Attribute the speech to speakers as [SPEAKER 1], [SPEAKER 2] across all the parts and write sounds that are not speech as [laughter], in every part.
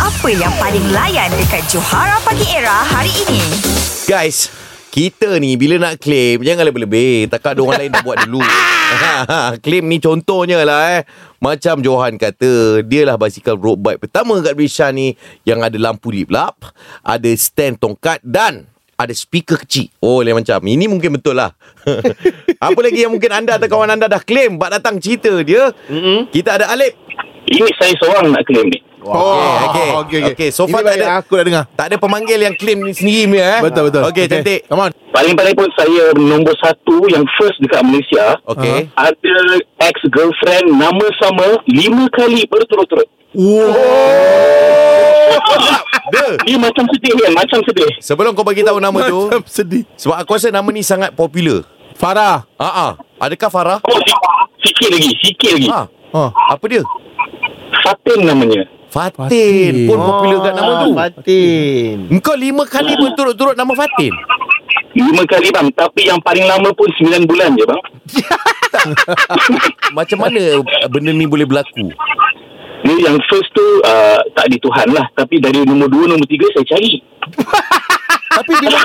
[SPEAKER 1] Apa yang paling layan dekat Johara Pagi Era hari ini?
[SPEAKER 2] Guys kita ni bila nak claim jangan lebih-lebih takut ada orang lain dah buat dulu [laughs] claim ni contohnya lah eh macam Johan kata dia lah basikal road bike pertama kat Malaysia ni yang ada lampu lip lap ada stand tongkat dan ada speaker kecil. Oh, lain macam. Ini mungkin betul lah. [laughs] Apa lagi yang mungkin anda atau kawan anda dah claim buat datang cerita dia? Mm-hmm. Kita ada Alip.
[SPEAKER 3] Ini saya seorang nak claim ni.
[SPEAKER 4] Oh,
[SPEAKER 2] Okey, okey. Okey, so far tak
[SPEAKER 4] Ini baik,
[SPEAKER 2] ada-
[SPEAKER 4] Aku dah dengar. [laughs]
[SPEAKER 2] Tak ada pemanggil yang claim ni sendiri punya eh.
[SPEAKER 4] Betul, betul.
[SPEAKER 2] Okey, cantik.
[SPEAKER 4] Come on.
[SPEAKER 3] Paling-paling pun saya nombor satu yang first dekat Malaysia.
[SPEAKER 2] Okey.
[SPEAKER 4] Uh-huh.
[SPEAKER 3] Ada ex-girlfriend nama sama lima kali berturut-turut.
[SPEAKER 2] Dia
[SPEAKER 3] Dia macam sedih kan? Macam sedih.
[SPEAKER 2] Sebelum kau bagi tahu nama tu
[SPEAKER 4] Macam sedih.
[SPEAKER 2] sebab aku rasa nama ni sangat popular.
[SPEAKER 4] Farah.
[SPEAKER 2] Ha ah. Adakah Farah?
[SPEAKER 3] Oh, si- sikit lagi. Sikit lagi.
[SPEAKER 2] Ha.
[SPEAKER 4] Oh.
[SPEAKER 2] Apa dia?
[SPEAKER 3] Fatin namanya.
[SPEAKER 2] Fatin,
[SPEAKER 4] Fatin.
[SPEAKER 2] pun popular kat nama tu.
[SPEAKER 5] Ah, Fatin
[SPEAKER 2] Engkau lima kali berturut-turut nama Fatin.
[SPEAKER 3] Lima kali bang. Tapi yang paling lama pun sembilan bulan je bang.
[SPEAKER 2] Macam mana benda ni boleh berlaku?
[SPEAKER 3] Ni yang first tu uh, tak di Tuhan lah. Tapi dari nombor dua, nombor tiga saya cari.
[SPEAKER 5] Tapi dia dah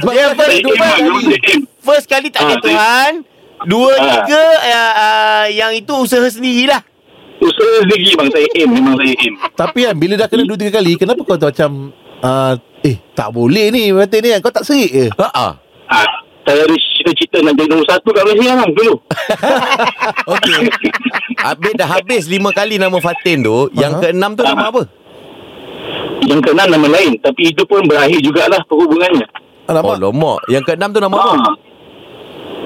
[SPEAKER 2] Sebab
[SPEAKER 3] [laughs]
[SPEAKER 5] Dia
[SPEAKER 2] kau
[SPEAKER 5] first dua
[SPEAKER 2] kata dua
[SPEAKER 3] Memang
[SPEAKER 2] kali.
[SPEAKER 3] nombor tiga.
[SPEAKER 5] First kali tak ada
[SPEAKER 3] Ah,
[SPEAKER 5] Tuhan
[SPEAKER 2] eh.
[SPEAKER 5] Dua,
[SPEAKER 3] Ah.
[SPEAKER 5] tiga uh, uh, Yang itu usaha sendirilah
[SPEAKER 3] Usaha rezeki bang. Saya aim. Memang saya aim.
[SPEAKER 4] Tapi kan bila dah kena dua tiga kali kenapa kau tu macam uh, eh tak boleh ni mati ni kan kau tak serik ke?
[SPEAKER 2] Ha ah.
[SPEAKER 3] Ah, saya ada cita-cita nak jadi nombor satu kat Malaysia lah, bang dulu.
[SPEAKER 2] Okey. Habis dah habis lima kali nama Fatin tu,
[SPEAKER 4] Ah.
[SPEAKER 2] yang keenam tu nama apa?
[SPEAKER 3] Yang kena nama lain. Tapi itu pun berakhir jugalah perhubungannya.
[SPEAKER 2] Oh, lomak. Yang keenam tu nama apa?
[SPEAKER 3] Ah.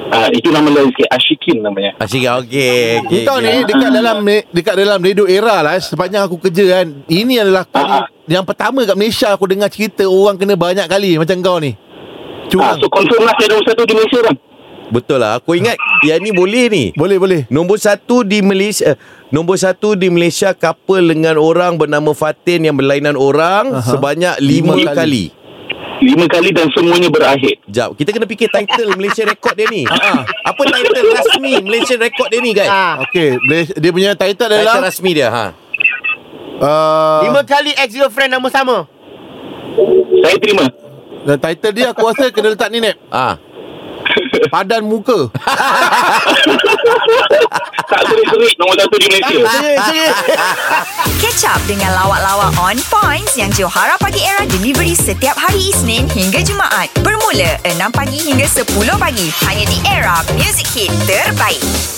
[SPEAKER 3] Ah, itu nama lain sikit. Ashikin namanya.
[SPEAKER 2] Asyik Ah, okey. okey, okey.
[SPEAKER 4] Kita ni dekat dalam ni- dekat dalam radio era lah eh, sepanjang aku kerja kan. Ini adalah kali
[SPEAKER 3] Ah.
[SPEAKER 4] yang pertama kat Malaysia aku dengar cerita orang kena banyak kali macam kau ni.
[SPEAKER 3] Ah,
[SPEAKER 4] Curang.
[SPEAKER 3] so confirm lah saya nombor satu di Malaysia bang.
[SPEAKER 2] Betul lah. Aku ingat yang ni boleh ni.
[SPEAKER 4] Boleh boleh.
[SPEAKER 2] Nombor satu di Malaysia eh, Nombor satu di Malaysia Couple dengan orang bernama Fatin Yang berlainan orang
[SPEAKER 4] Aha.
[SPEAKER 2] Sebanyak lima,
[SPEAKER 4] Lima
[SPEAKER 2] kali.
[SPEAKER 4] kali.
[SPEAKER 3] Lima kali dan semuanya berakhir.
[SPEAKER 2] Sekejap Kita kena fikir title
[SPEAKER 4] [laughs]
[SPEAKER 2] Malaysia Record dia ni
[SPEAKER 4] Ah.
[SPEAKER 2] Apa title rasmi Malaysia Record dia ni guys
[SPEAKER 5] Ah.
[SPEAKER 4] Okey, boleh- dia punya title
[SPEAKER 2] Title
[SPEAKER 4] adalah
[SPEAKER 2] rasmi dia ha.
[SPEAKER 4] uh,
[SPEAKER 5] Lima kali ex-girlfriend nama sama
[SPEAKER 3] Saya terima.
[SPEAKER 4] dan title dia aku rasa kena letak ni nep.
[SPEAKER 2] Ah.
[SPEAKER 4] Padan
[SPEAKER 2] [laughs]
[SPEAKER 4] muka.
[SPEAKER 3] Tak serik-serik nombor satu di Malaysia.
[SPEAKER 2] Ya,
[SPEAKER 1] Catch up dengan lawak-lawak on points yang Johara Pagi Era delivery setiap hari Isnin hingga Jumaat. Bermula 6 pagi hingga 10 pagi. Hanya di Era Music Hit Terbaik.